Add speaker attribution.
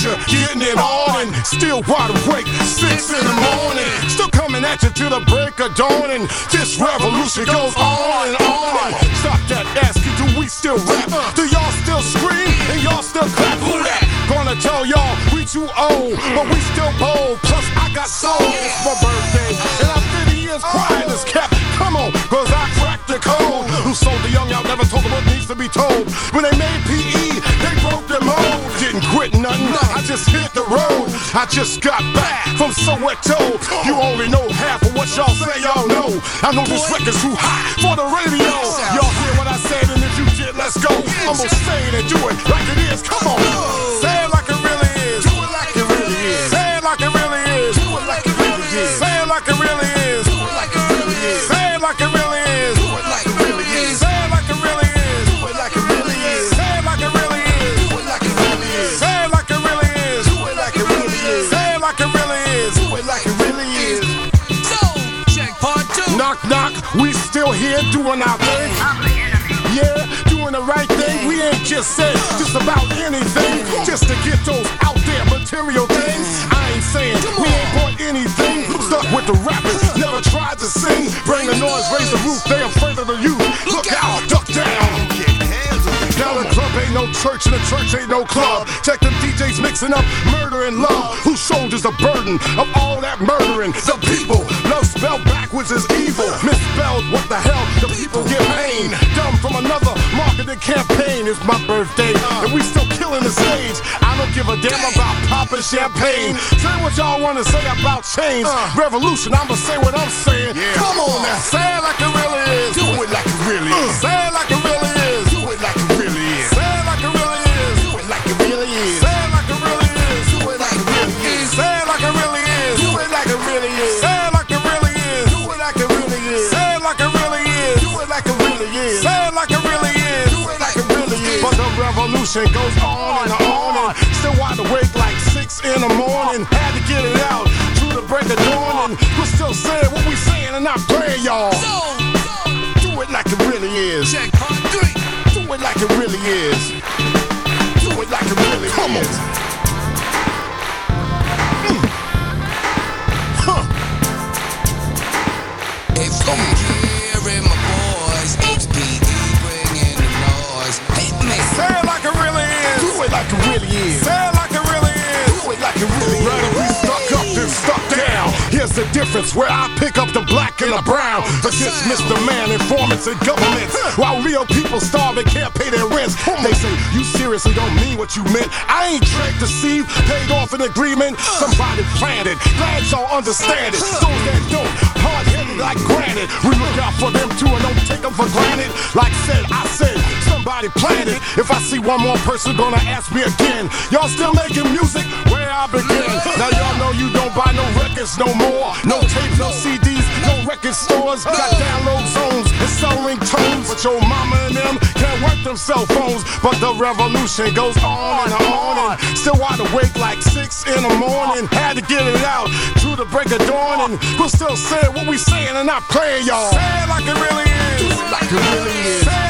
Speaker 1: Monday morning, still wide awake, six in the morning, still coming at you till the break of dawn. And this revolution goes on and on. Stop that asking, do we still rap? Do y'all still scream and y'all still clap? Who that? Gonna tell y'all we too old, but we still bold. Plus I got soul. It's my birthday, and I'm 50 years crying this cap. Come on, cause I cracked the code. Who sold the young out? Never told them what needs to be told. When they made PE, they broke the mold. Didn't quit nothing. I just hit the road. I just got back from Soweto. You only know half of what y'all say y'all know. I know this record's too hot for the radio. Y'all hear what I said, and if you did, let's go. I'm gonna say it and do it like it is. Come on, say it like it really is. Do it like it really is. Say it like it really is. Do it like it really is. Say it like it really is. Do it like it really is. Say it like it really is. Do it like it really is. Say it like it really is. Do it like it really is. Say it like it really is. Do it like it really is. Say it like it really is. Do it like it really is. Say it like it really is. Do it like it really is.
Speaker 2: So, check part two.
Speaker 1: Knock knock, we still here doing our thing. Yeah, doing the right thing. We ain't just saying just about anything. Just to get those out there material things. I ain't saying we ain't bought anything. Stuck with the rappers, never tried to sing. Bring the noise, raise the roof. They afraid of the youth. Look out, duck down. Now the club ain't no church and the church ain't no club. Check them DJs mixing up murder and love. Who shoulders the burden of all that murdering? The people. Love spelled backwards is evil. Misspelled, what the hell? The people get pain. Dumb from another marketing campaign. It's my birthday and we still killing the stage. I don't give a damn about popping champagne. Say what y'all wanna say about change. Revolution, I'ma say what I'm saying. Come on now, Uh. say it like it really is. Uh. Do it like it really is. Say it like it really is. Do it like it really is. Say it like it really is. Do it like it really is. Say it like it really is. Do it like it really is. Say it like it really is. Do it like it really is. Say it like it really is. Do it like it really is. Say it like it really is. Do it like it really is. Say it like it really is. Do it like it really is. But the revolution goes on and on Uh. and still wide awake like six in the morning. Had to get it out through the break of dawn and we're still saying what we saying and not playing y'all.
Speaker 2: So, so,
Speaker 1: Do it like it really is.
Speaker 2: check part three.
Speaker 1: Do it like it really is. Do it like it really Come is. On. Mm. Huh.
Speaker 2: If you hearing my boys, HPE bringing the noise. Hit me.
Speaker 1: Say it like it really is. Do it like it really is. Say it like it really is. Do it like it really is. Rather be stuck up than stuck down. Here's the difference where I pick up the black and the brown against Mr. Man, informants and governments. While real people starve and can't pay their rents, they say you seriously don't mean what you meant. I ain't tricked, deceived, paid off an agreement. Somebody planned it. Glad y'all understand it. Those that don't, hard headed like granite. We look out for them too and don't take them for granted. Like said, I said, somebody planned it. If I see one more person, gonna ask me again. Y'all still making music? Where I begin? Now y'all know you don't buy no records no more. No tapes, no CDs, no record stores. Got download zones and selling tones. But your mama and them can't work them cell phones. But the revolution goes on and on. And still wide awake like six in the morning. Had to get it out through the break of dawn. And we're still saying what we saying and not playing y'all. Say it like it really is. Say it like it really is. Say it